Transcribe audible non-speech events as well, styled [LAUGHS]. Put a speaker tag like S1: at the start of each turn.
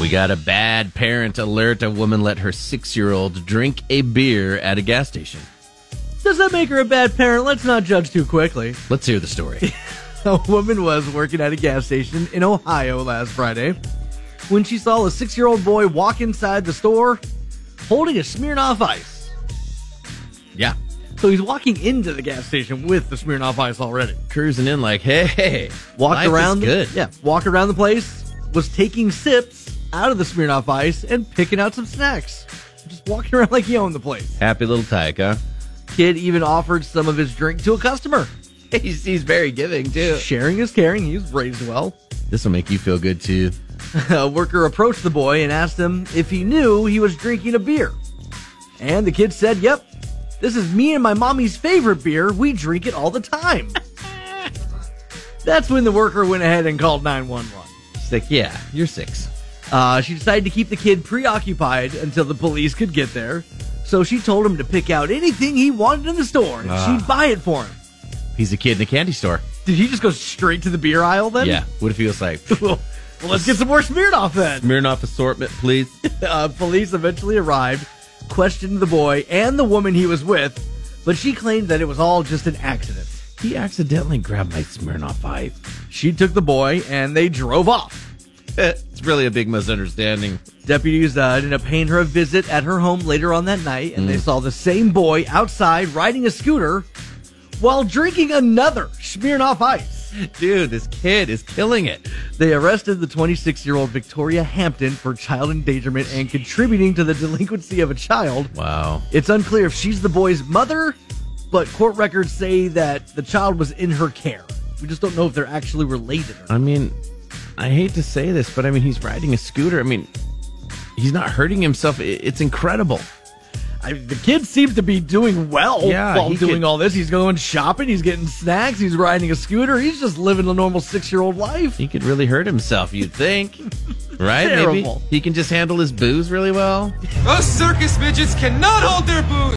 S1: We got a bad parent alert. A woman let her six year old drink a beer at a gas station.
S2: Does that make her a bad parent? Let's not judge too quickly. [LAUGHS]
S1: Let's hear the story.
S2: A woman was working at a gas station in Ohio last Friday when she saw a six year old boy walk inside the store holding a Smirnoff ice.
S1: yeah.
S2: So he's walking into the gas station with the Smirnoff ice already.
S1: Cruising in like, hey,
S2: Walked
S1: life is
S2: around. the-
S1: good.
S2: Yeah. Walked around the place, was taking sips out of the Smirnoff ice and picking out some snacks. Just walking [LAUGHS] around like he owned the place.
S1: Happy little tyke, huh? [LAUGHS]
S2: Kid even offered some of his drink to a customer.
S1: He's, he's very giving, too.
S2: Sharing is caring. He was raised well.
S1: This will make you feel good, too.
S2: A worker approached the boy and asked him if he knew he was drinking a beer. And the kid said, Yep, this is me and my mommy's favorite beer. We drink it all
S1: [LAUGHS]
S2: the time. That's when the worker went ahead and called 911.
S1: She's like, yeah, you're six.
S2: Uh, she decided to keep the kid preoccupied until the police could get there. So she told him to pick out anything he wanted in the store and
S1: Ah.
S2: she'd buy it for him.
S1: He's a kid in a candy store.
S2: Did he just go straight to the beer aisle then?
S1: Yeah. What if he was like,
S2: [LAUGHS] well, let's get some more Smirnoff then.
S1: Smirnoff assortment, please?
S2: uh, police eventually arrived, questioned the boy and the woman he was with, but she claimed that it was all just an accident.
S1: he accidentally grabbed my Smirnoff ice.
S2: She took the boy and they drove off.
S1: [LAUGHS] it's really a big misunderstanding.
S2: Deputies uh, ended up paying her a visit at her home later on that night, and they saw the same boy outside riding a scooter while drinking another Smirnoff Ice.
S1: Dude, this kid is killing it.
S2: They arrested the 26 year old Victoria Hampton for child endangerment and contributing to the delinquency of a child.
S1: Wow.
S2: It's unclear if she's the boy's mother, but court records say that the child was in her care. We just don't know if they're actually related or not.
S1: I mean, I hate to say this, but I mean, he's riding a scooter. I mean, he's not hurting himself. I- It's incredible.
S2: I, the kid seems to be doing well
S1: Yeah,
S2: while
S1: he
S2: doing
S1: could-
S2: all this. He's going shopping, he's getting snacks, he's riding a scooter, he's just living a normal six year old life.
S1: He could really hurt himself, you'd think. [LAUGHS] Right?
S2: Terrible.
S1: Maybe he can just handle his booze really well.
S3: Us circus midgets cannot hold their booze.